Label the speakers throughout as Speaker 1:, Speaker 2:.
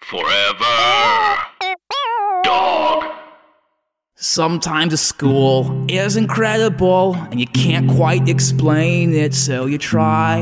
Speaker 1: Forever. Dog.
Speaker 2: Sometimes a school is incredible and you can't quite explain it, so you try.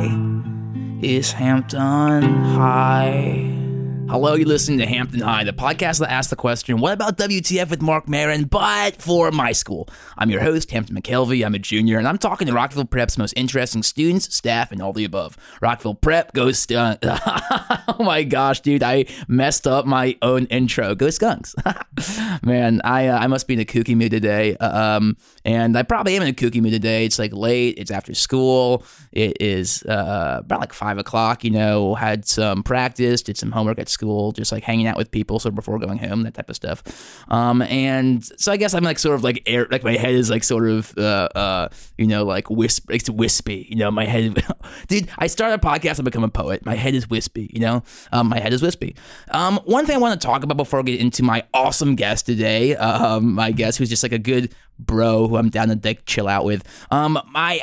Speaker 2: Is Hampton High? Hello, you're listening to Hampton High, the podcast that asks the question, What about WTF with Mark Marin, but for my school? I'm your host, Hampton McKelvey. I'm a junior, and I'm talking to Rockville Prep's most interesting students, staff, and all the above. Rockville Prep goes. Skunk- oh my gosh, dude, I messed up my own intro. Go Skunks. Man, I, uh, I must be in a kooky mood today. Um, and I probably am in a kooky mood today. It's like late, it's after school, it is uh, about like five o'clock, you know, had some practice, did some homework at school, just like hanging out with people. So before going home, that type of stuff. Um, and so I guess I'm like sort of like air, like my head is like sort of uh, uh, you know, like wisp, it's wispy. You know, my head, dude. I started a podcast, I become a poet. My head is wispy. You know, um, my head is wispy. Um, one thing I want to talk about before I get into my awesome guest today, um, my guest who's just like a good bro who I'm down to like chill out with. Um, I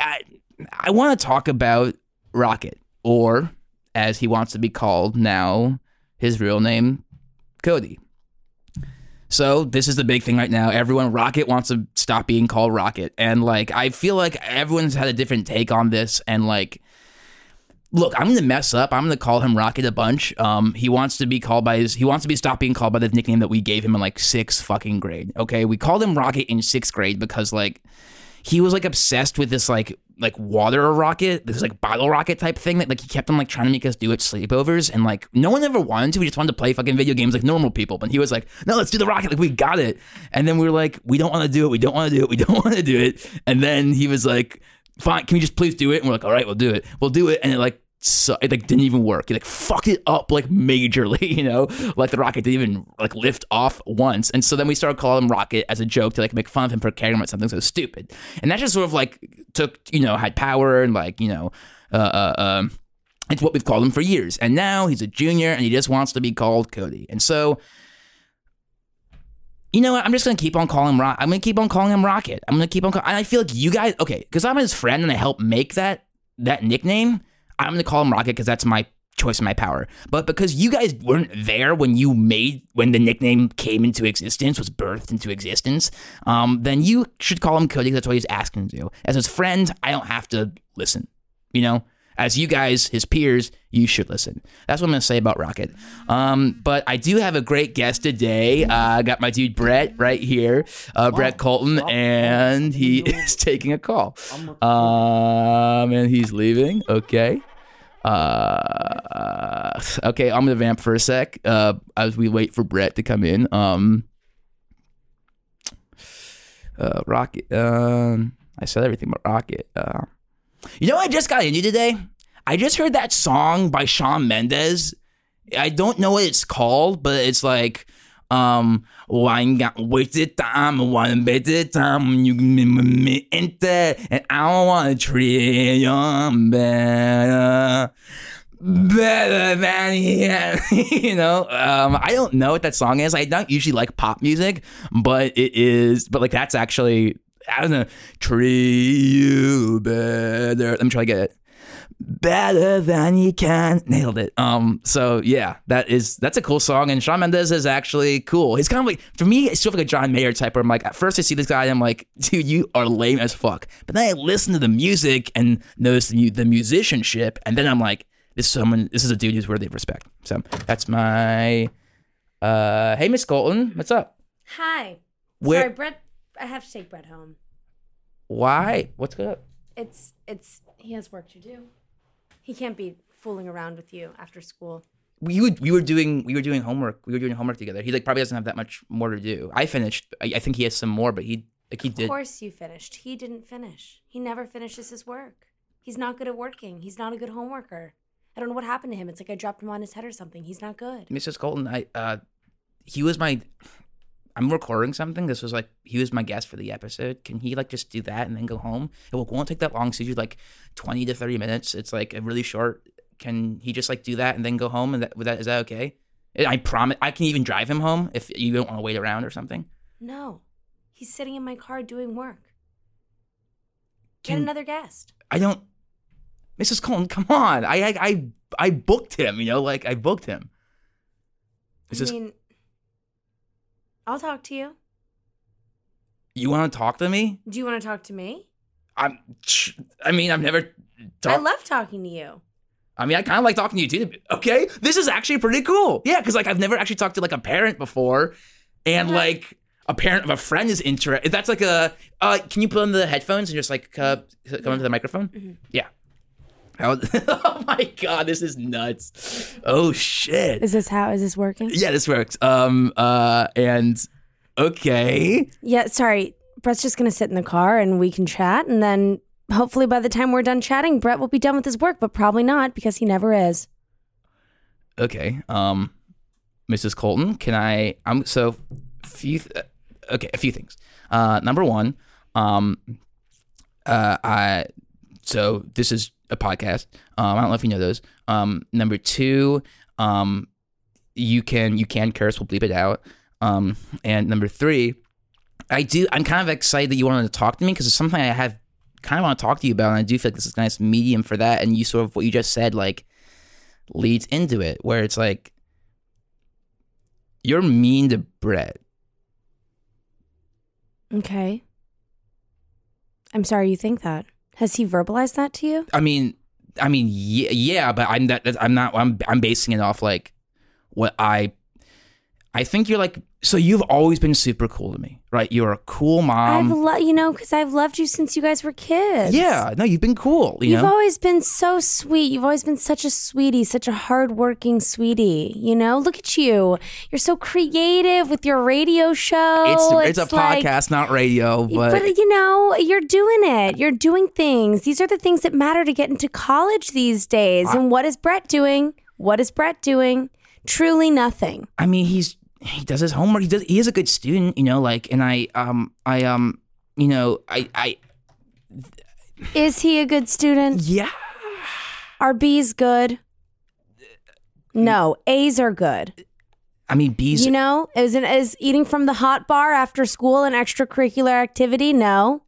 Speaker 2: I, I want to talk about Rocket or. As he wants to be called now, his real name, Cody. So this is the big thing right now. Everyone, Rocket wants to stop being called Rocket, and like I feel like everyone's had a different take on this, and like. Look, I'm gonna mess up. I'm gonna call him Rocket a bunch. Um, he wants to be called by his. He wants to be stopped being called by the nickname that we gave him in like sixth fucking grade. Okay, we called him Rocket in sixth grade because like he was like obsessed with this like like water rocket, this like bottle rocket type thing that like he kept on like trying to make us do at sleepovers, and like no one ever wanted to. We just wanted to play fucking video games like normal people. But he was like, "No, let's do the rocket. Like we got it." And then we were like, "We don't want to do it. We don't want to do it. We don't want to do it." And then he was like, "Fine, can we just please do it?" And we're like, "All right, we'll do it. We'll do it." And it like so it like didn't even work. It like fucked it up like majorly, you know. Like the rocket didn't even like lift off once. And so then we started calling him Rocket as a joke to like make fun of him for caring about something so stupid. And that just sort of like took you know had power and like you know uh uh. um it's what we've called him for years. And now he's a junior and he just wants to be called Cody. And so you know what? I'm just gonna keep on calling him. Rock- I'm gonna keep on calling him Rocket. I'm gonna keep on. Call- and I feel like you guys, okay, because I'm his friend and I helped make that that nickname. I'm going to call him Rocket because that's my choice and my power. But because you guys weren't there when you made when the nickname came into existence, was birthed into existence, um, then you should call him Cody. That's what he's asking to do. As his friend, I don't have to listen. You know, as you guys, his peers, you should listen. That's what I'm going to say about Rocket. Um, but I do have a great guest today. Uh, I got my dude Brett right here, uh, Brett Colton, and he is taking a call. Um, and he's leaving. Okay. Uh, okay, I'm going to vamp for a sec uh, as we wait for Brett to come in. Um, uh, Rocket. Um, I said everything about Rocket. Uh, you know, what I just got into today. I just heard that song by Shawn Mendes. I don't know what it's called, but it's like, um, one got wasted time, one bit time, you can me enter, and I don't want to treat you better, better than yeah. you know. Um, I don't know what that song is. I don't usually like pop music, but it is, but like that's actually I don't know. Treat you better. Let me try to get it. Better than you can. Nailed it. Um. So yeah, that is that's a cool song, and Shawn Mendes is actually cool. He's kind of like for me, it's sort of like a John Mayer type. Where I'm like, at first I see this guy, and I'm like, dude, you are lame as fuck. But then I listen to the music and notice the, mu- the musicianship, and then I'm like, this is someone. This is a dude who's worthy of respect. So that's my. Uh, hey, Miss Colton, what's up?
Speaker 3: Hi.
Speaker 2: Where-
Speaker 3: Sorry, Brett. I have to take Brett home.
Speaker 2: Why? What's good?
Speaker 3: It's it's he has work to do. He can't be fooling around with you after school.
Speaker 2: we would, we were doing we were doing homework we were doing homework together. He like probably doesn't have that much more to do. I finished. I, I think he has some more, but he like he
Speaker 3: Of
Speaker 2: did.
Speaker 3: course you finished. He didn't finish. He never finishes his work. He's not good at working. He's not a good homeworker. I don't know what happened to him. It's like I dropped him on his head or something. He's not good.
Speaker 2: Mrs. Colton, I uh, he was my. I'm recording something. This was like he was my guest for the episode. Can he like just do that and then go home? It won't- won't take that long. It's usually like twenty to thirty minutes. It's like a really short. Can he just like do that and then go home? And that, would that is that okay? And I promise. I can even drive him home if you don't want to wait around or something.
Speaker 3: No. He's sitting in my car doing work. Get
Speaker 2: Can
Speaker 3: another guest.
Speaker 2: I don't, Mrs. Colton? Come on. I I I, I booked him. You know, like I booked him. Mrs.
Speaker 3: I mean, I'll talk to you.
Speaker 2: you want to talk to me?
Speaker 3: Do you want to talk to me?
Speaker 2: I'm. I mean, I've never.
Speaker 3: I
Speaker 2: talked.
Speaker 3: love talking to you.
Speaker 2: I mean, I kind of like talking to you too. Okay, this is actually pretty cool. Yeah, because like I've never actually talked to like a parent before, and
Speaker 3: Yeah.
Speaker 2: like a parent of a friend is interested. That's like a. Uh, can you put on the headphones and just like uh, come
Speaker 3: Mm-hmm.
Speaker 2: into the microphone? Yeah. How- oh my god, this is nuts. Oh shit.
Speaker 3: Is this how is this working?
Speaker 2: Yeah, this works. Um. Uh. And okay.
Speaker 3: Yeah, sorry. Brett's just going to sit in the car and we can chat. And then hopefully by the time we're done chatting, Brett will be done with his work, but probably not because he never is.
Speaker 2: okay um mrs colton can i i'm so few th- okay a few things uh number one um uh i so this is a podcast um i don't know if you know those um number two um you can you can curse we'll bleep it out um and number three i do i'm kind of excited that you wanted to talk to me because it's something i have kind of want to talk to you about and i do feel like this is a nice medium for that and you sort of what you just said like leads into it where it's like you're mean to Brett.
Speaker 3: Okay. I'm sorry you think that. Has he verbalized that to you?
Speaker 2: I mean, I mean, yeah, yeah but I'm that that- I'm not I'm I'm basing it off like what I I think you're like so you've always been super cool to me, right? You're a cool
Speaker 3: I've
Speaker 2: mom.
Speaker 3: lo- you know because I've loved you since you guys were kids.
Speaker 2: yeah, no, you've been cool, you
Speaker 3: You've
Speaker 2: know.
Speaker 3: always been so sweet. You've always been such a sweetie, such a hardworking sweetie. You know, look at you. You're so creative with your radio show.
Speaker 2: it's it's a
Speaker 3: like-
Speaker 2: podcast, not radio, but,
Speaker 3: but you know, you're doing it. You're doing things. These are the things that matter to get into college these days. and what is Brett doing? What is Brett doing? Truly nothing.
Speaker 2: I mean, he's he does his homework. He does. He is a good student, you know. Like, and I um I um you know I I
Speaker 3: Is he a good student?
Speaker 2: yeah.
Speaker 3: Are B's good? No, A's are good.
Speaker 2: I mean, B's
Speaker 3: you know, is an, is eating from the hot bar after school an extracurricular activity? No.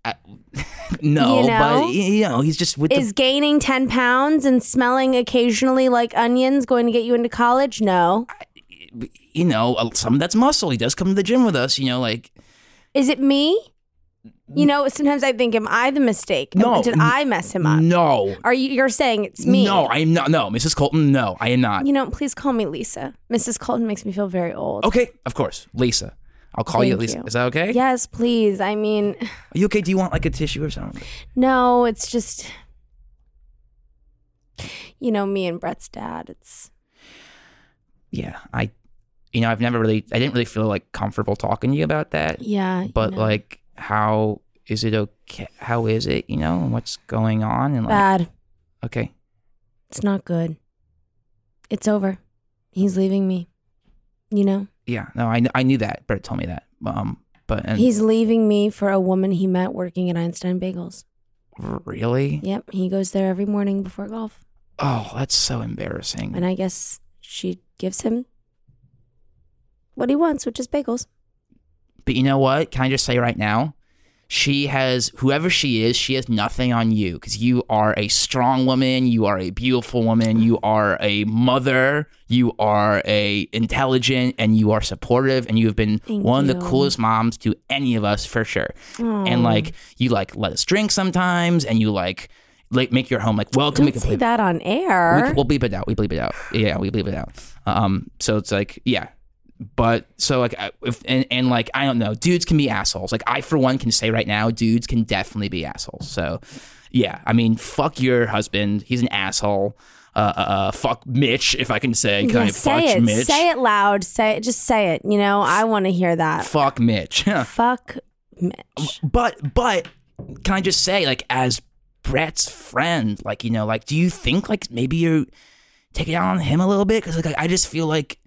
Speaker 2: No, but
Speaker 3: You know?
Speaker 2: y- you know, he's just with
Speaker 3: Is gaining ten pounds and smelling occasionally like onions going to get you into college? No.
Speaker 2: the you know, uh, some of that's muscle. He does come to the gym with us, you know, like
Speaker 3: Is it me? You know, sometimes I think, am I the mistake?
Speaker 2: Mm-hmm. No.
Speaker 3: Did I mess him up?
Speaker 2: no.
Speaker 3: Are you? You're saying it's me?
Speaker 2: No, I am not no, Mrs. Colton, no, I am not.
Speaker 3: You know, please call me Lisa. Mrs. Colton makes me feel very old.
Speaker 2: Okay, of course. Lisa. I'll call you
Speaker 3: Thank
Speaker 2: Lisa.
Speaker 3: you.
Speaker 2: Is that okay?
Speaker 3: Yes, please. I mean,
Speaker 2: Are you okay? Do you want like a tissue or something?
Speaker 3: no, it's just, you know, me and Brett's dad. It's
Speaker 2: Yeah. I you know, I've never really I didn't really feel like comfortable talking to you about that.
Speaker 3: yeah. you
Speaker 2: But
Speaker 3: know.
Speaker 2: like how is it okay how is it, you know, and what's going on and like
Speaker 3: bad. Uh,
Speaker 2: okay.
Speaker 3: It's not good. It's over. He's leaving me. You know,
Speaker 2: Yeah. No, I kn- I knew that. Brett told me that. Um but and
Speaker 3: he's leaving me for a woman he met working at Einstein Bagels.
Speaker 2: really?
Speaker 3: Yep, he goes there every morning before golf.
Speaker 2: Oh, that's so embarrassing.
Speaker 3: And I guess she gives him what he wants, which is bagels.
Speaker 2: But you know what? Can I just say right now? She has, whoever she is, she has nothing on you because you are a strong woman. You are a beautiful woman. You are a mother. You are a intelligent and you are supportive. And you have been
Speaker 3: Thank
Speaker 2: one of the
Speaker 3: you.
Speaker 2: coolest moms to any of us for sure. And like, you like let us drink sometimes and you like, like make your home like welcome.
Speaker 3: Don't
Speaker 2: We can
Speaker 3: say
Speaker 2: play-
Speaker 3: that on
Speaker 2: we
Speaker 3: air.
Speaker 2: can- we'll bleep it out. We bleep it out. Yeah, we bleep it out. Um, so it's like, yeah, but so like, I- if and, and like, I don't know, dudes can be assholes. Like, I for one can say right now, dudes can definitely be assholes. So, yeah, I mean, fuck your husband. He's an asshole. Uh, uh, uh fuck Mitch, if I can say, can
Speaker 3: Yeah,
Speaker 2: I fuck
Speaker 3: say it.
Speaker 2: Mitch?
Speaker 3: Say it loud. Say it. Just say it. You know, I want to hear that.
Speaker 2: Fuck Mitch.
Speaker 3: Fuck Mitch.
Speaker 2: But but can I just say, like, as Brett's friend, like you know, like, do you think like maybe you take it out on him a little bit? Because like I I just feel like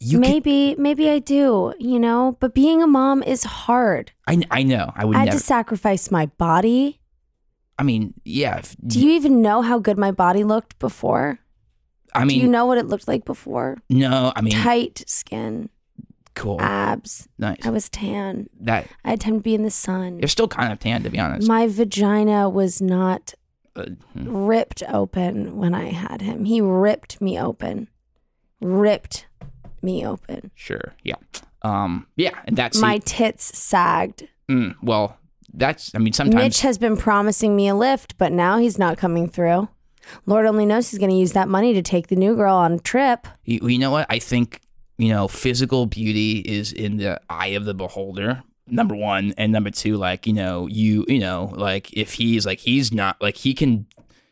Speaker 2: you. Can,
Speaker 3: maybe, maybe I do, you know, but being a mom is hard.
Speaker 2: I I know. I would
Speaker 3: I had
Speaker 2: never.
Speaker 3: to sacrifice my body.
Speaker 2: I mean, yeah. If,
Speaker 3: Do you even know how good my body looked before?
Speaker 2: I mean,
Speaker 3: Do you know what it looked like before?
Speaker 2: no. I mean,
Speaker 3: Tight skin,
Speaker 2: cool.
Speaker 3: abs.
Speaker 2: nice.
Speaker 3: I was tan.
Speaker 2: that
Speaker 3: I had time to be in the sun.
Speaker 2: you're still kind of tan, to be honest.
Speaker 3: My vagina was not
Speaker 2: Uh, hmm.
Speaker 3: ripped open when I had him. He ripped me open. Ripped me open.
Speaker 2: sure. Yeah. Um. Yeah. And that's
Speaker 3: My tits sagged.
Speaker 2: mm, well. That's. I mean, sometimes.
Speaker 3: Mitch has been promising me a lift, but now he's not coming through. Lord only knows he's going to use that money to take the new girl on a trip.
Speaker 2: You, you know what? I think, you know, physical beauty is in the eye of the beholder. Number one. And number two, like, you know, you, you know, like if he's like, he's not, like, he can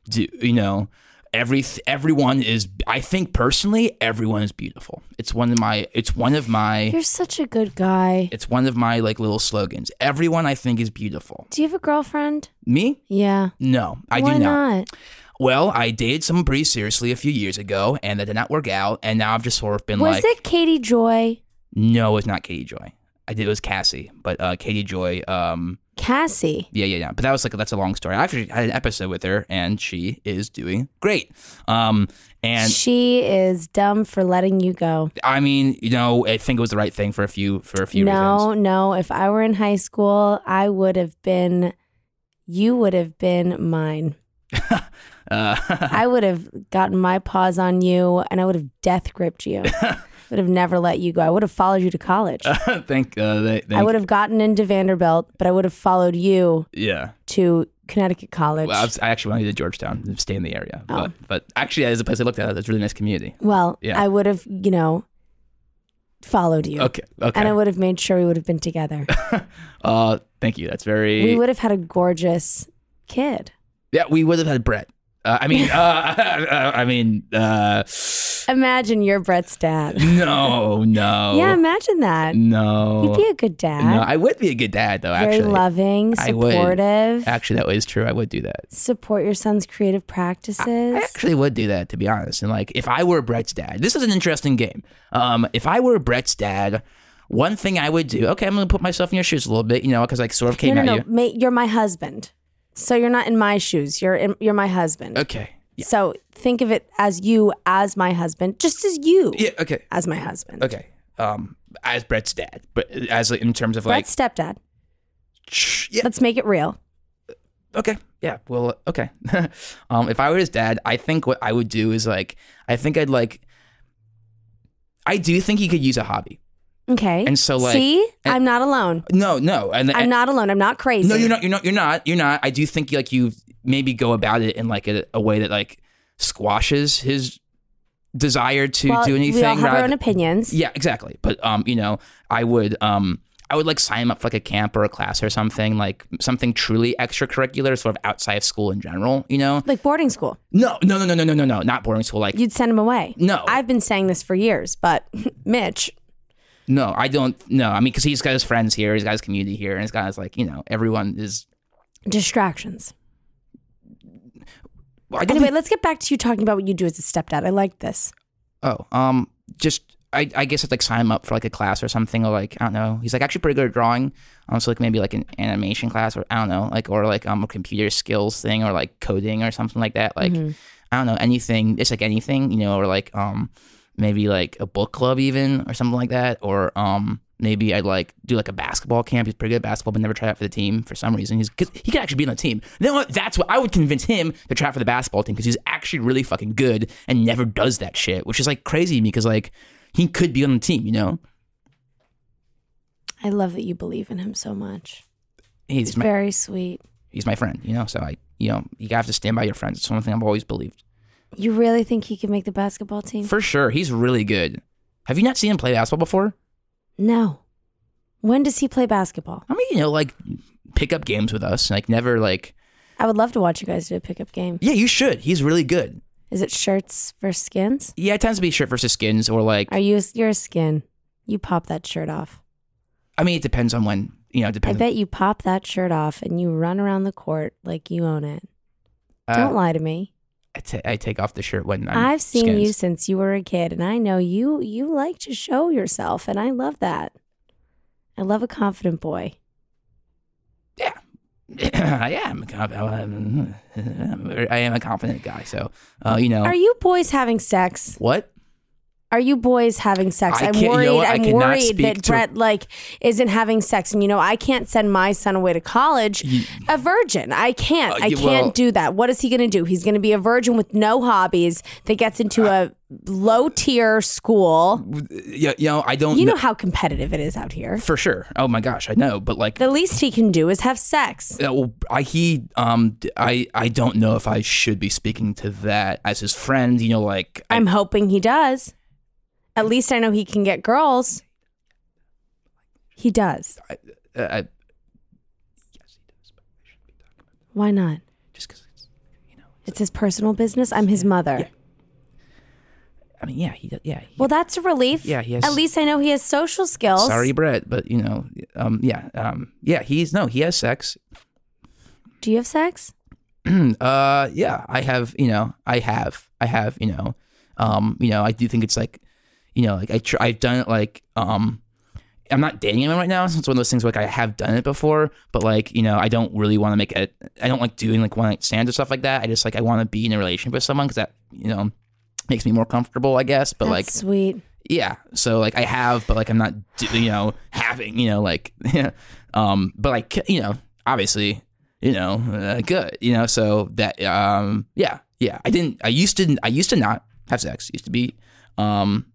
Speaker 2: do, you know, every, everyone is, I think personally, everyone is beautiful. It's one of my, it's one of my,
Speaker 3: You're such a good guy.
Speaker 2: it's one of my, like, little slogans. Everyone I think is beautiful.
Speaker 3: Do you have a girlfriend?
Speaker 2: Me?
Speaker 3: Yeah.
Speaker 2: No, I
Speaker 3: Why
Speaker 2: do not.
Speaker 3: not?
Speaker 2: Well, I dated someone pretty seriously a few years ago and that did not work out. And now I've just sort of been
Speaker 3: Was
Speaker 2: like,
Speaker 3: it Katie Joy?
Speaker 2: No, it's not Katie Joy. I did it was Cassie, but uh, Katie Joy. Um,
Speaker 3: Cassie.
Speaker 2: yeah, yeah, yeah. But that was like that's a long story. I actually had an episode with her, and she is doing great. Um, and
Speaker 3: she is dumb for letting you go.
Speaker 2: I mean, you know, I think it was the right thing for a few for a few
Speaker 3: No,
Speaker 2: reasons.
Speaker 3: no. If I were in high school, I would have been, you would have been mine.
Speaker 2: Uh,
Speaker 3: I would have gotten my paws on you and I would have death gripped you. would have never let you go. I would have followed you to college.
Speaker 2: thank. Uh, they, thank
Speaker 3: I would have gotten into Vanderbilt, but I would have followed you
Speaker 2: Yeah.
Speaker 3: to Connecticut College.
Speaker 2: Well, I, was, I actually wanted to go to Georgestown, and stay in the area,
Speaker 3: Oh.
Speaker 2: but but actually, that is a place I looked at. That's a really nice community.
Speaker 3: Well,
Speaker 2: Yeah.
Speaker 3: I would have, you know, followed you.
Speaker 2: Okay. Okay.
Speaker 3: And I would have made sure we would have been together.
Speaker 2: uh, thank you. That's very.
Speaker 3: we would have had a gorgeous kid.
Speaker 2: yeah, we would have had Brett. Uh, I mean, uh, I mean. Uh,
Speaker 3: Imagine you're Brett's dad.
Speaker 2: No, no.
Speaker 3: Yeah, imagine that.
Speaker 2: Oh. No.
Speaker 3: You'd be a good dad.
Speaker 2: no, I would be a good dad though.
Speaker 3: Very
Speaker 2: actually,
Speaker 3: loving,
Speaker 2: I would.
Speaker 3: supportive.
Speaker 2: actually, that is true. I would do that.
Speaker 3: Support your son's creative practices.
Speaker 2: I actually would do that to be honest. And like, if I were Brett's dad, this is an interesting game. Um, if I were Brett's dad, one thing I would do. Okay, I'm gonna put myself in your shoes a little bit, you know, because like sort of came
Speaker 3: no,
Speaker 2: at
Speaker 3: no, no.
Speaker 2: you.
Speaker 3: Mate, you're my husband. So you're not in my shoes. You're in, you're my husband.
Speaker 2: Okay. Yeah.
Speaker 3: So think of it as you as my husband, just as you
Speaker 2: yeah. Okay.
Speaker 3: as my husband.
Speaker 2: Okay. Um, as Brett's dad, but as like, in terms of like,
Speaker 3: Brett's stepdad.
Speaker 2: shh, yeah.
Speaker 3: Let's make it real.
Speaker 2: okay yeah well uh, okay um if i were his dad i think what i would do is like i think i'd like i do think he could use a hobby
Speaker 3: Okay.
Speaker 2: And so, like-
Speaker 3: see,
Speaker 2: and-
Speaker 3: I'm not alone.
Speaker 2: no no and
Speaker 3: I'm
Speaker 2: and-
Speaker 3: not alone. I'm not crazy.
Speaker 2: no you're not you're not you're not you're not i do think like you maybe go about it in like a, a way that like squashes his desire to
Speaker 3: Well,
Speaker 2: do anything
Speaker 3: we all have
Speaker 2: rather-
Speaker 3: our own opinions.
Speaker 2: Yeah, exactly. But um, you know, I would um I would like sign him up for like a camp or a class or something, like something truly extracurricular, sort of outside of school in general, you know?
Speaker 3: Like boarding school,
Speaker 2: No, no, no, no, no, no, no, no. Not boarding school. Like
Speaker 3: you'd send him away.
Speaker 2: no, I,
Speaker 3: I've been saying this for years, but Mitch,
Speaker 2: no, I don't. No, I mean, because he's got his friends here, he's got his community here, and he's got his like, you know, everyone is.
Speaker 3: distractions.
Speaker 2: Well, I didn't.
Speaker 3: Anyway, let's get back to you talking about what you do as a stepdad. I like this.
Speaker 2: oh, um, just I, I guess I'd like sign him up for like a class or something, or like I don't know. He's like actually pretty good at drawing. Um, so like maybe like an animation class, or I don't know, like or like um a computer skills thing, or like coding or something like that. Like I don't know anything. It's like anything, you know, or like um maybe like a book club even or something like that, or um maybe I'd like do like a basketball camp. He's pretty good at basketball, but never tried out for the team for some reason. He's 'cause he could actually be on the team. You know what? That's what I would convince him to try out for the basketball team because he's actually really fucking good and never does that shit, which is like crazy to me because like he could be on the team, you know.
Speaker 3: I love that you believe in him so much.
Speaker 2: He's
Speaker 3: It's
Speaker 2: my
Speaker 3: very sweet.
Speaker 2: he's my friend, you know. So I you know you have to stand by your friends. It's one thing I've always believed
Speaker 3: You really think he can make the basketball team?
Speaker 2: for sure. He's really good. Have you not seen him play basketball before?
Speaker 3: no. When does he play basketball?
Speaker 2: I mean, you know, like pick up games with us. Like never like
Speaker 3: I would love to watch you guys do a pickup game.
Speaker 2: yeah, you should. He's really good.
Speaker 3: Is it shirts versus skins?
Speaker 2: Yeah, it tends to be shirt versus skins or like
Speaker 3: Are you you're a skin? You pop that shirt off.
Speaker 2: I mean, it depends on when you know. it
Speaker 3: I
Speaker 2: Depends.
Speaker 3: bet you pop that shirt off and you run around the court like you own it.
Speaker 2: uh,
Speaker 3: Don't lie to me.
Speaker 2: I ta- I take off the shirt when I'm.
Speaker 3: I've seen you
Speaker 2: skins.
Speaker 3: since you were a kid, and I know you you like to show yourself, and I love that. I love a confident boy.
Speaker 2: I am. a conf- I'm- I am a confident guy. So, uh, you know
Speaker 3: Are you boys having sex?
Speaker 2: what?
Speaker 3: Are you boys having sex?
Speaker 2: I
Speaker 3: I'm
Speaker 2: can't- you know
Speaker 3: worried.
Speaker 2: what? I
Speaker 3: I'm
Speaker 2: cannot
Speaker 3: worried
Speaker 2: speak
Speaker 3: that
Speaker 2: to-
Speaker 3: Brett like isn't having sex, and you know I can't send my son away to college a virgin. I can't.
Speaker 2: Uh,
Speaker 3: I
Speaker 2: yeah,
Speaker 3: can't
Speaker 2: well-
Speaker 3: do that. What is he going to do? He's going to be a virgin with no hobbies that gets into a low tier school.
Speaker 2: You, you know, I don't
Speaker 3: You
Speaker 2: know,
Speaker 3: know how competitive it is out here.
Speaker 2: for sure. Oh my gosh, I know. But like,
Speaker 3: The least he can do is have sex.
Speaker 2: Yeah, well, I he um d- I I don't know if I should be speaking to that as his friend. You know, like I,
Speaker 3: I'm hoping he does. At least I know he can get girls. He does.
Speaker 2: I, uh, I
Speaker 3: Why not?
Speaker 2: just because it's
Speaker 3: It's his personal business. I'm his mother.
Speaker 2: I mean, yeah, he d- yeah. he-
Speaker 3: Well, that's a relief.
Speaker 2: Yeah, he has-
Speaker 3: At least I know he has social skills.
Speaker 2: sorry, Brett, but you know, um, yeah, um, yeah. He's no, he has sex.
Speaker 3: Do you have sex?
Speaker 2: uh, yeah, I have. You know, I have. I have. You know, um, you know, I do think it's like, you know, like I tr- I've done it like um. I'm not dating anyone right now. So it's one of those things where, like I have done it before, but like you know, I don't really want to make it. I don't like doing like one night stands or stuff like that. I just like I want to be in a relationship with someone because that you know makes me more comfortable, I guess. But
Speaker 3: That's
Speaker 2: like
Speaker 3: sweet.
Speaker 2: yeah, so like I have, but like I'm not, do- you know, having, you know, like, um, but like you know, obviously, you know, uh, good, you know, so that, um, yeah, yeah, I didn't, I used to, I used to not have sex, used to be, um,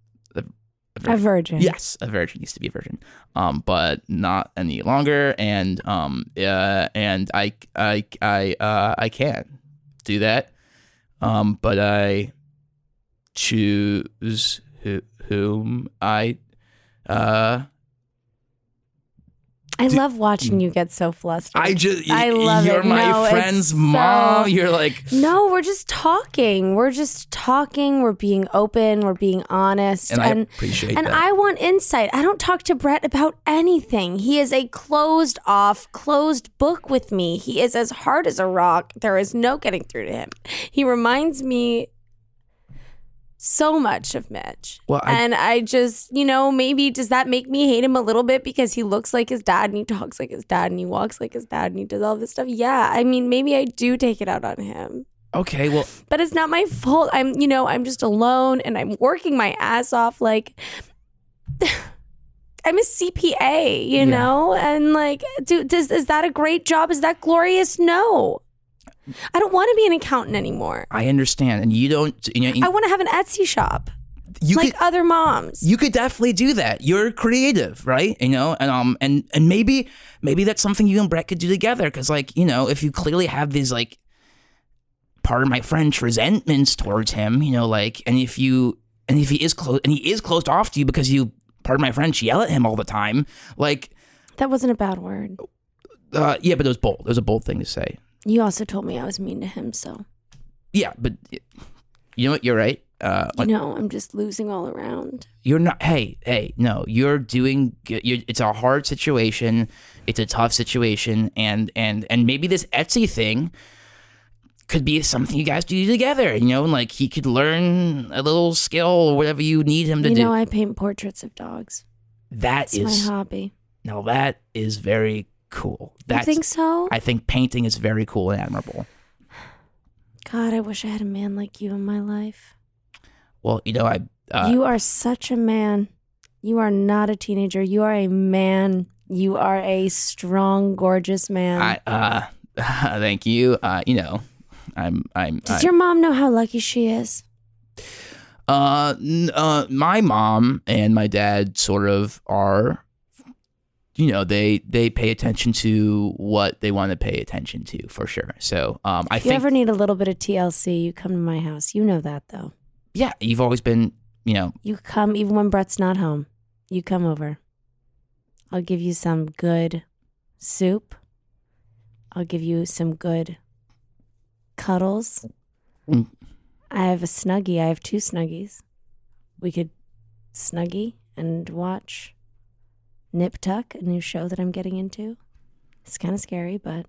Speaker 3: A virgin.
Speaker 2: yes, a virgin, used to be a virgin, um, but not any longer, and um, uh, and I, I, I, uh, I can do that, um, but I choose who, whom I, uh,
Speaker 3: I love watching you get so flustered.
Speaker 2: Mm. I just,
Speaker 3: I love
Speaker 2: you're
Speaker 3: it.
Speaker 2: my
Speaker 3: No, it's
Speaker 2: friend's
Speaker 3: so-
Speaker 2: mom. You're like,
Speaker 3: No, we're just talking. We're just talking. We're being open. We're being honest.
Speaker 2: and, I
Speaker 3: and
Speaker 2: appreciate
Speaker 3: and
Speaker 2: that.
Speaker 3: I want insight. I don't talk to Brett about anything. He is a closed off, closed book with me. He is as hard as a rock. There is no getting through to him. He reminds me so much of Mitch.
Speaker 2: Well, I-
Speaker 3: and I just, you know, maybe does that make me hate him a little bit because he looks like his dad and he talks like his dad and he walks like his dad and he does all this stuff? Yeah. I mean, maybe I do take it out on him
Speaker 2: okay, well,
Speaker 3: but it's not my fault. I'm, you know, I'm just alone and I'm working my ass off. Like, I'm a CPA, you
Speaker 2: Yeah.
Speaker 3: know, and like, do does is that a great job? Is that glorious? No, I don't want to be an accountant anymore.
Speaker 2: I understand, and you don't, you know,
Speaker 3: I want to have an Etsy shop
Speaker 2: you
Speaker 3: like
Speaker 2: could-
Speaker 3: other moms.
Speaker 2: you could definitely do that. You're creative, right? You know, and um, and and maybe maybe that's something you and Brett could do together. Because like you know, if you clearly have these like, part of my French resentments towards him, you know, like, and if you and if he is close and he is closed off to you because you, pardon my French, yell at him all the time, like,
Speaker 3: that wasn't a bad word.
Speaker 2: uh, yeah, but it was bold. It was a bold thing to say.
Speaker 3: You also told me I was mean to him, so
Speaker 2: Yeah, but you know what? You're right. Uh,
Speaker 3: you know I'm just losing all around.
Speaker 2: you're not hey hey no you're doing good you're, it's a hard situation it's a tough situation and and and maybe this etsy thing could be something you guys do together you know and like he could learn a little skill or whatever you need him to
Speaker 3: You
Speaker 2: do
Speaker 3: know I paint portraits of dogs.
Speaker 2: that
Speaker 3: It's my
Speaker 2: is
Speaker 3: hobby.
Speaker 2: now that is very cool
Speaker 3: You
Speaker 2: that's
Speaker 3: think so?
Speaker 2: i think painting is very cool and admirable
Speaker 3: God, I wish I had a man like you in my life.
Speaker 2: well you know i uh,
Speaker 3: you are such a man. You are not a teenager. You are a man. You are a strong, gorgeous man.
Speaker 2: i uh thank you uh you know i'm i'm
Speaker 3: Does
Speaker 2: I-
Speaker 3: your mom know how lucky she is?
Speaker 2: Uh, n- uh, my mom and my dad sort of are, you know, they they pay attention to what they want to pay attention to for sure. So, um, I
Speaker 3: If you
Speaker 2: think
Speaker 3: ever need a little bit of TLC, you come to my house. You know that, though.
Speaker 2: yeah, you've always been, you know,
Speaker 3: You come even when Brett's not home. You come over. I'll give you some good soup. I'll give you some good cuddles.
Speaker 2: Mm.
Speaker 3: I have a snuggie. I have two snuggies. We could snuggie and watch Nip Tuck, a new show that I'm getting into. It's kind of scary, but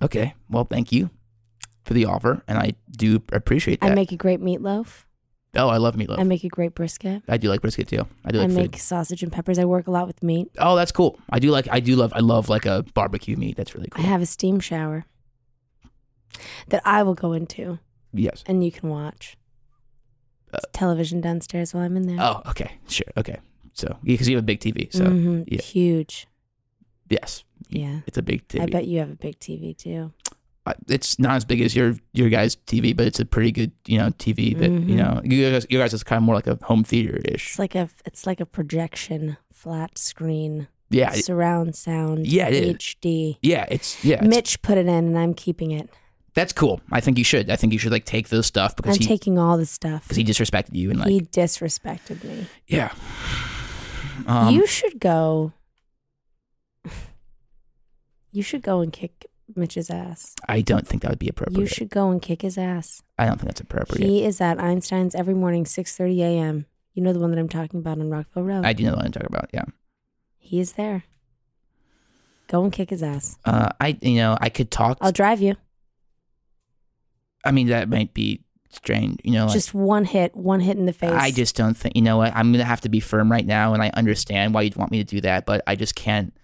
Speaker 2: okay. Well, mm, thank you. for the offer, and I do appreciate that.
Speaker 3: I make a great meatloaf.
Speaker 2: oh, I love meatloaf.
Speaker 3: I make a great brisket.
Speaker 2: I do like brisket too. I do
Speaker 3: I
Speaker 2: like food.
Speaker 3: make sausage and peppers. I work a lot with meat.
Speaker 2: Oh, that's cool. I do like. I do love. I love like a barbecue meat. That's really
Speaker 3: I
Speaker 2: cool.
Speaker 3: have a steam shower that I will go into
Speaker 2: yes.
Speaker 3: and you can watch. It's television downstairs while I'm in there.
Speaker 2: Uh, Oh, okay. Sure. Okay. So, because you have a big TV, so
Speaker 3: Mhm.
Speaker 2: yeah.
Speaker 3: Huge.
Speaker 2: yes,
Speaker 3: Yeah.
Speaker 2: it's a big TV.
Speaker 3: I bet you have a big TV too.
Speaker 2: I- it's not as big as your your guys' TV, but it's a pretty good you know TV that you
Speaker 3: Mhm.
Speaker 2: know you guys, you guys is kind of more like a home theater ish.
Speaker 3: It's like a it's like a projection flat screen
Speaker 2: Yeah, it-
Speaker 3: surround sound.
Speaker 2: Yeah, it is.
Speaker 3: HD.
Speaker 2: yeah, it's yeah, it's-
Speaker 3: Mitch put it in, and I'm keeping it.
Speaker 2: that's cool. I think you should. I think you should like take those stuff because
Speaker 3: I'm
Speaker 2: he
Speaker 3: taking all the stuff.
Speaker 2: because he disrespected you and like
Speaker 3: he disrespected me.
Speaker 2: yeah. Um,
Speaker 3: you should go. You should go and kick Mitch's ass.
Speaker 2: I don't think that would be appropriate.
Speaker 3: You should go and kick his ass.
Speaker 2: I don't think that's appropriate.
Speaker 3: He is at Einstein's every morning, six thirty a.m. You know the one that I'm talking about on Rockville Road.
Speaker 2: I do know what I'm talking about. Yeah.
Speaker 3: he is there. Go and kick his ass.
Speaker 2: Uh, I you know I could talk.
Speaker 3: I'll drive you.
Speaker 2: I mean that might be strange. You know, like,
Speaker 3: Just one hit, one hit in the face.
Speaker 2: I just don't think. You know what? I'm gonna have to be firm right now, and I understand why you'd want me to do that, but I just can't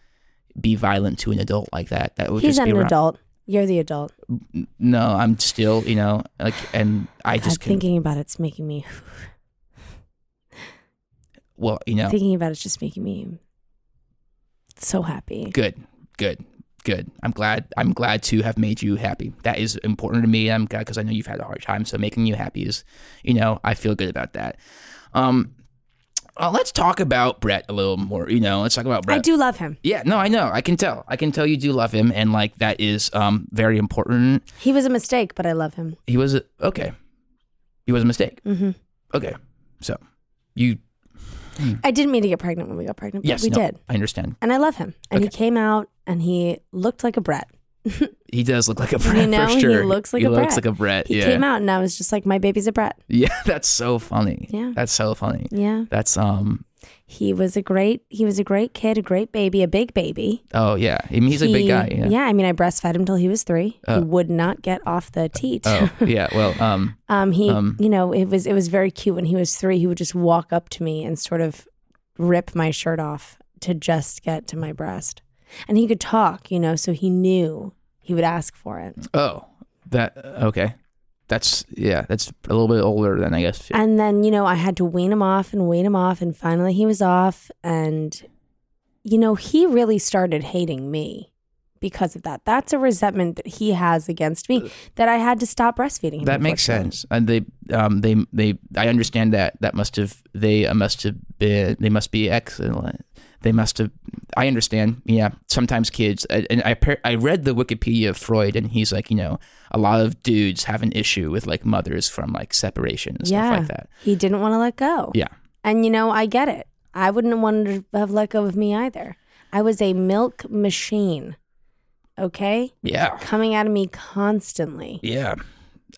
Speaker 2: be violent to an adult like that. That would
Speaker 3: He's
Speaker 2: just
Speaker 3: an
Speaker 2: be wrong.
Speaker 3: adult. You're the adult.
Speaker 2: No, I'm still you know like, and I
Speaker 3: God,
Speaker 2: just couldn't.
Speaker 3: Uh, thinking about it's making me.
Speaker 2: well, you know,
Speaker 3: Thinking about it's just making me so happy.
Speaker 2: good, good. Good. I'm glad. I'm glad to have made you happy. That is important to me. I'm glad because I know you've had a hard time. So making you happy is, you know, I feel good about that. Um, uh, let's talk about Brett a little more. You know, let's talk about Brett.
Speaker 3: I do love him.
Speaker 2: Yeah, no, I know. I can tell. I can tell you do love him, and like that is um very important.
Speaker 3: He was a mistake, but I love him.
Speaker 2: He was a, okay. He was a mistake.
Speaker 3: hmm
Speaker 2: Okay, so you
Speaker 3: I didn't mean to get pregnant when we got pregnant, but
Speaker 2: yes,
Speaker 3: we
Speaker 2: no,
Speaker 3: did.
Speaker 2: I understand.
Speaker 3: And I love him. And he came out and he looked like a brat.
Speaker 2: He does look like a brat
Speaker 3: know,
Speaker 2: for
Speaker 3: he
Speaker 2: sure.
Speaker 3: looks like
Speaker 2: he
Speaker 3: a
Speaker 2: looks
Speaker 3: brat.
Speaker 2: like a brat.
Speaker 3: He
Speaker 2: yeah,
Speaker 3: came out and I was just like, my baby's a brat.
Speaker 2: yeah. That's so funny.
Speaker 3: Yeah.
Speaker 2: that's so funny.
Speaker 3: Yeah.
Speaker 2: That's um.
Speaker 3: He was a great he was a great kid, a great baby, a big baby.
Speaker 2: Oh yeah, I mean, he's a big
Speaker 3: He-
Speaker 2: guy. Yeah.
Speaker 3: I mean I breastfed him till he was three.
Speaker 2: Uh,
Speaker 3: he would not get off the teat.
Speaker 2: Oh yeah. Well, um,
Speaker 3: Um, he,
Speaker 2: Um,
Speaker 3: you know, it was it was very cute when he was three. He would just walk up to me and sort of rip my shirt off to just get to my breast, and he could talk, you know, so he knew he would ask for it.
Speaker 2: oh that okay. That's yeah. That's a little bit older than I guess.
Speaker 3: And then, you know, I had to wean him off and wean him off, and finally he was off, and you know, he really started hating me because of that. That's a resentment that he has against me that I had to stop breastfeeding him.
Speaker 2: That makes
Speaker 3: unfortunately.
Speaker 2: sense. And they, um, they, they. I understand that. That must have. They uh, must have been. They must be excellent. They must have. I understand. Yeah. Sometimes kids. I- And I. par- I read the Wikipedia of Freud, and he's like, you know, a lot of dudes have an issue with like mothers from like separation and stuff like that.
Speaker 3: He didn't want to let go.
Speaker 2: Yeah.
Speaker 3: And you know, I get it. I wouldn't have wanted to have let go of me either. I was a milk machine. Okay?
Speaker 2: Yeah.
Speaker 3: Coming out of me constantly.
Speaker 2: Yeah.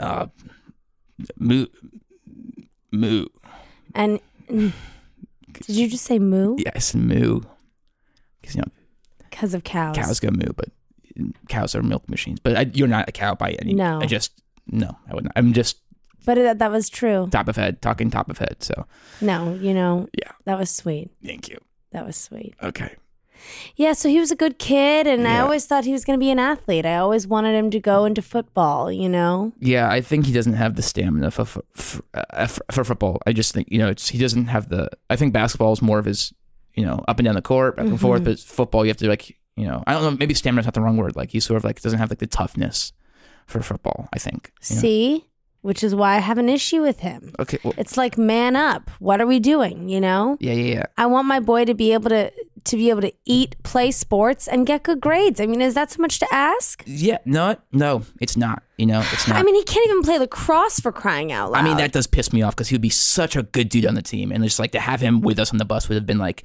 Speaker 2: Uh, moo. Moo.
Speaker 3: And mm, did you just say moo?
Speaker 2: Yes, moo. Because you know
Speaker 3: Because of cows.
Speaker 2: cows go moo, but cows are milk machines. But I, you're not a cow by any.
Speaker 3: No.
Speaker 2: I just no. I wouldn't. I'm just
Speaker 3: But uh, that, that was true.
Speaker 2: top of head talking top of head. So
Speaker 3: No, you know,
Speaker 2: Yeah.
Speaker 3: that was sweet.
Speaker 2: thank you.
Speaker 3: That was sweet.
Speaker 2: Okay.
Speaker 3: Yeah, so he was a good kid, and I
Speaker 2: Yeah.
Speaker 3: always thought he was going to be an athlete. I always wanted him to go into football, you know?
Speaker 2: Yeah, I think he doesn't have the stamina for for, for, uh, for, for football. I just think you know it's, he doesn't have the. I think basketball is more of his you know up and down the court, back and
Speaker 3: Mm-hmm.
Speaker 2: forth. But football, you have to like you know I don't know maybe stamina's not the wrong word. Like he sort of like doesn't have like the toughness for football. I think. you know?
Speaker 3: See? Which is why I have an issue with him.
Speaker 2: Okay. Well,
Speaker 3: It's like man up. What are we doing? You know?
Speaker 2: yeah, yeah, yeah.
Speaker 3: I want my boy to be able to to be able to eat, play sports, and get good grades. I mean, is that so much to ask?
Speaker 2: Yeah, no, no, it's not. You know, it's not.
Speaker 3: I mean, he can't even play lacrosse for crying out loud.
Speaker 2: I mean, that does piss me off because he would be such a good dude on the team, and just like to have him with us on the bus would have been like,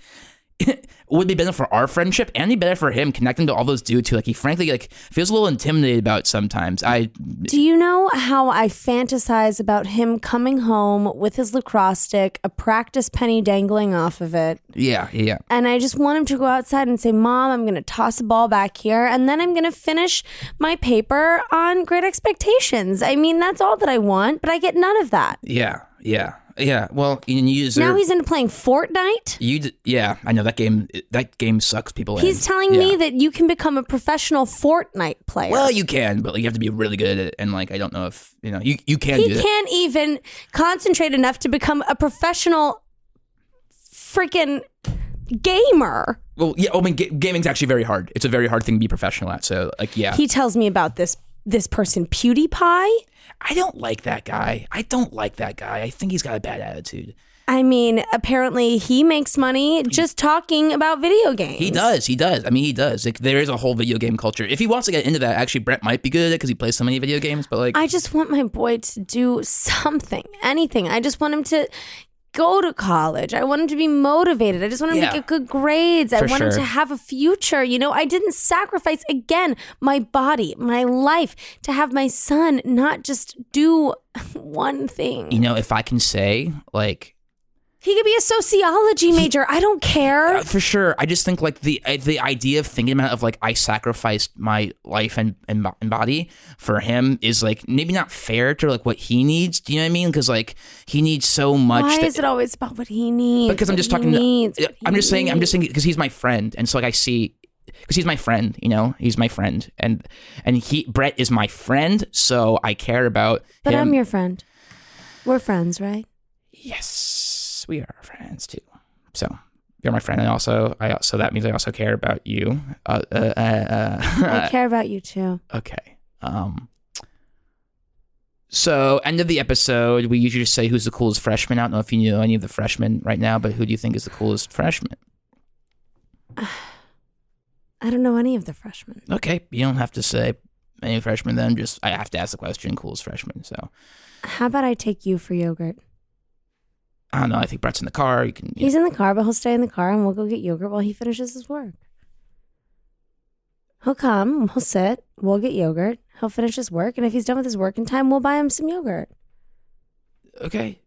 Speaker 2: would be better for our friendship and be better for him connecting to all those dudes who like he frankly like feels a little intimidated about sometimes. I
Speaker 3: Do you know how I fantasize about him coming home with his lacrosse stick, a practice penny dangling off of it?
Speaker 2: yeah, yeah.
Speaker 3: And I just want him to go outside and say, Mom, I'm going to toss a ball back here. And then I'm going to finish my paper on Great Expectations. I mean, that's all that I want, but I get none of that.
Speaker 2: Yeah, yeah. Yeah. Well, and you deserve
Speaker 3: Now he's into playing Fortnite.
Speaker 2: you d- yeah, I know that game that game sucks people in.
Speaker 3: He's telling
Speaker 2: Yeah.
Speaker 3: me that you can become a professional Fortnite player.
Speaker 2: Well, you can, but like, you have to be really good at it. And like, I don't know if you know you you can
Speaker 3: he
Speaker 2: do that.
Speaker 3: can't even concentrate enough to become a professional freaking gamer.
Speaker 2: Well, yeah. I mean, ga- gaming's actually very hard. It's a very hard thing to be professional at. So like, yeah,
Speaker 3: He tells me about this this person PewDiePie.
Speaker 2: I don't like that guy. I don't like that guy. I think he's got a bad attitude.
Speaker 3: I mean, apparently he makes money just talking about video games.
Speaker 2: He does. He does. I mean, he does. Like, there is a whole video game culture. If he wants to get into that, actually, Brett might be good at it because he plays so many video games. But like,
Speaker 3: I just want my boy to do something, anything. I just want him to go to college. I want him to be motivated. I just want him
Speaker 2: Yeah.
Speaker 3: to get good grades. I
Speaker 2: For
Speaker 3: want him to
Speaker 2: sure.
Speaker 3: have a future. You know, I didn't sacrifice again my body, my life to have my son not just do one
Speaker 2: you
Speaker 3: thing.
Speaker 2: know, if I can say, like,
Speaker 3: He could be a sociology major. I don't care.
Speaker 2: Uh, for sure. I just think like the uh, the idea of thinking about of like I sacrificed my life and and, bo- and body for him is like maybe not fair to like what he needs. Do you know what I mean? Because like he needs so much.
Speaker 3: Why
Speaker 2: that-
Speaker 3: is it always about what he needs?
Speaker 2: because I'm
Speaker 3: what
Speaker 2: just
Speaker 3: he
Speaker 2: talking.
Speaker 3: needs,
Speaker 2: to,
Speaker 3: what
Speaker 2: I'm
Speaker 3: he
Speaker 2: just saying. I'm
Speaker 3: needs?
Speaker 2: just saying because he's my friend, and so like I see. Because he's my friend, you know, he's my friend, and and he Brett is my friend, so I care about.
Speaker 3: But
Speaker 2: him.
Speaker 3: I'm your friend. We're friends, right?
Speaker 2: yes, we are friends too. So you're my friend, and also I so that means I also care about you. Uh, uh, uh, uh,
Speaker 3: I care about you too.
Speaker 2: Okay. Um. So, end of the episode, we usually just say who's the coolest freshman. I don't know if you know any of the freshmen right now, but who do you think is the coolest freshman?
Speaker 3: I don't know any of the freshmen.
Speaker 2: Okay, you don't have to say any freshman. Then just I have to ask the question: coolest freshman. So
Speaker 3: How about I take you for yogurt?
Speaker 2: I don't know. I think Brett's in the car. You can.
Speaker 3: He's in the car, but he'll stay in the car and we'll go get yogurt while he finishes his work. He'll come, he'll sit, we'll get yogurt, he'll finish his work, and if he's done with his work in time, we'll buy him some yogurt.
Speaker 2: okay.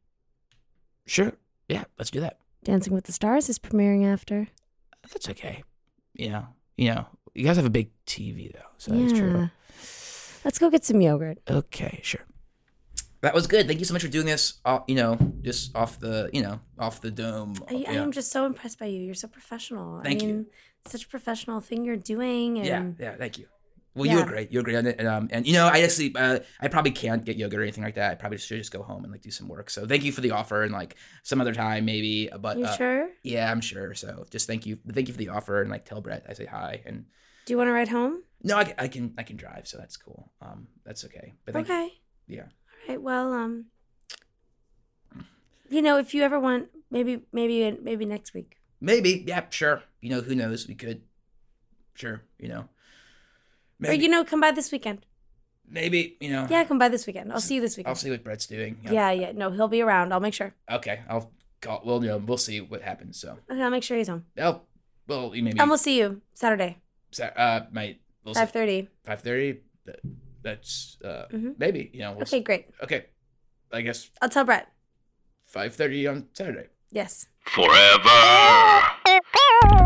Speaker 2: Sure. Yeah. Let's do that.
Speaker 3: Dancing with the Stars is premiering after.
Speaker 2: That's okay. You know. You know. You guys have a big TV though, so that's true.
Speaker 3: Let's go get some yogurt.
Speaker 2: Okay, sure. That was good. Thank you so much for doing this. Uh, you know, just off the, you know, off the dome.
Speaker 3: I, I
Speaker 2: yeah.
Speaker 3: am just so impressed by you. You're so professional.
Speaker 2: Thank
Speaker 3: I
Speaker 2: you.
Speaker 3: mean, Such a professional thing you're doing. And
Speaker 2: yeah, yeah. Thank you. Well, you were
Speaker 3: Yeah.
Speaker 2: great. You were great on it. And, um, and you know, I actually, uh, I probably can't get yogurt or anything like that. I probably should just go home and like do some work. So thank you for the offer and like some other time maybe. uh, But
Speaker 3: You
Speaker 2: uh,
Speaker 3: sure?
Speaker 2: yeah, I'm sure. So just thank you, thank you for the offer and like tell Brett I say hi and
Speaker 3: Do you want to ride home?
Speaker 2: no, I, ca- I can I can drive, so that's cool. Um, that's okay. But thank
Speaker 3: Okay.
Speaker 2: you. Yeah.
Speaker 3: All right. Well, um, you know, if you ever want, maybe, maybe, maybe next week.
Speaker 2: Maybe. Yeah, sure. You know, who knows? We could. Sure. You know. Maybe.
Speaker 3: Or, you know, come by this weekend.
Speaker 2: maybe. You know.
Speaker 3: Yeah, come by this weekend. I'll see you this
Speaker 2: I'll
Speaker 3: weekend.
Speaker 2: see what Brett's doing.
Speaker 3: Yeah, yeah. No, he'll be around. I'll make sure.
Speaker 2: Okay. I'll call. Well, you know, we'll see what happens. So.
Speaker 3: Okay, I'll make sure he's home.
Speaker 2: Oh. Well, you maybe.
Speaker 3: And we'll see you Saturday,
Speaker 2: Sa- Uh, might. We'll
Speaker 3: five thirty.
Speaker 2: Five thirty. That, that's uh,
Speaker 3: Mhm.
Speaker 2: maybe. You know. We'll
Speaker 3: Okay,
Speaker 2: See.
Speaker 3: great.
Speaker 2: Okay. I guess
Speaker 3: I'll tell Brett.
Speaker 2: five thirty on Saturday.
Speaker 3: Yes.
Speaker 1: Forever.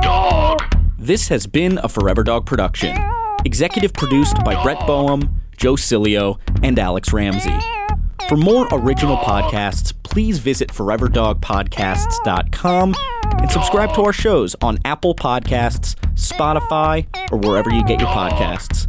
Speaker 1: Dog.
Speaker 4: This has been a Forever Dog production. Executive produced by Brett Boehm, Joe Cilio, and Alex Ramsey. For more original podcasts, please visit foreverdogpodcasts.com and subscribe to our shows on Apple Podcasts, Spotify, or wherever you get your podcasts.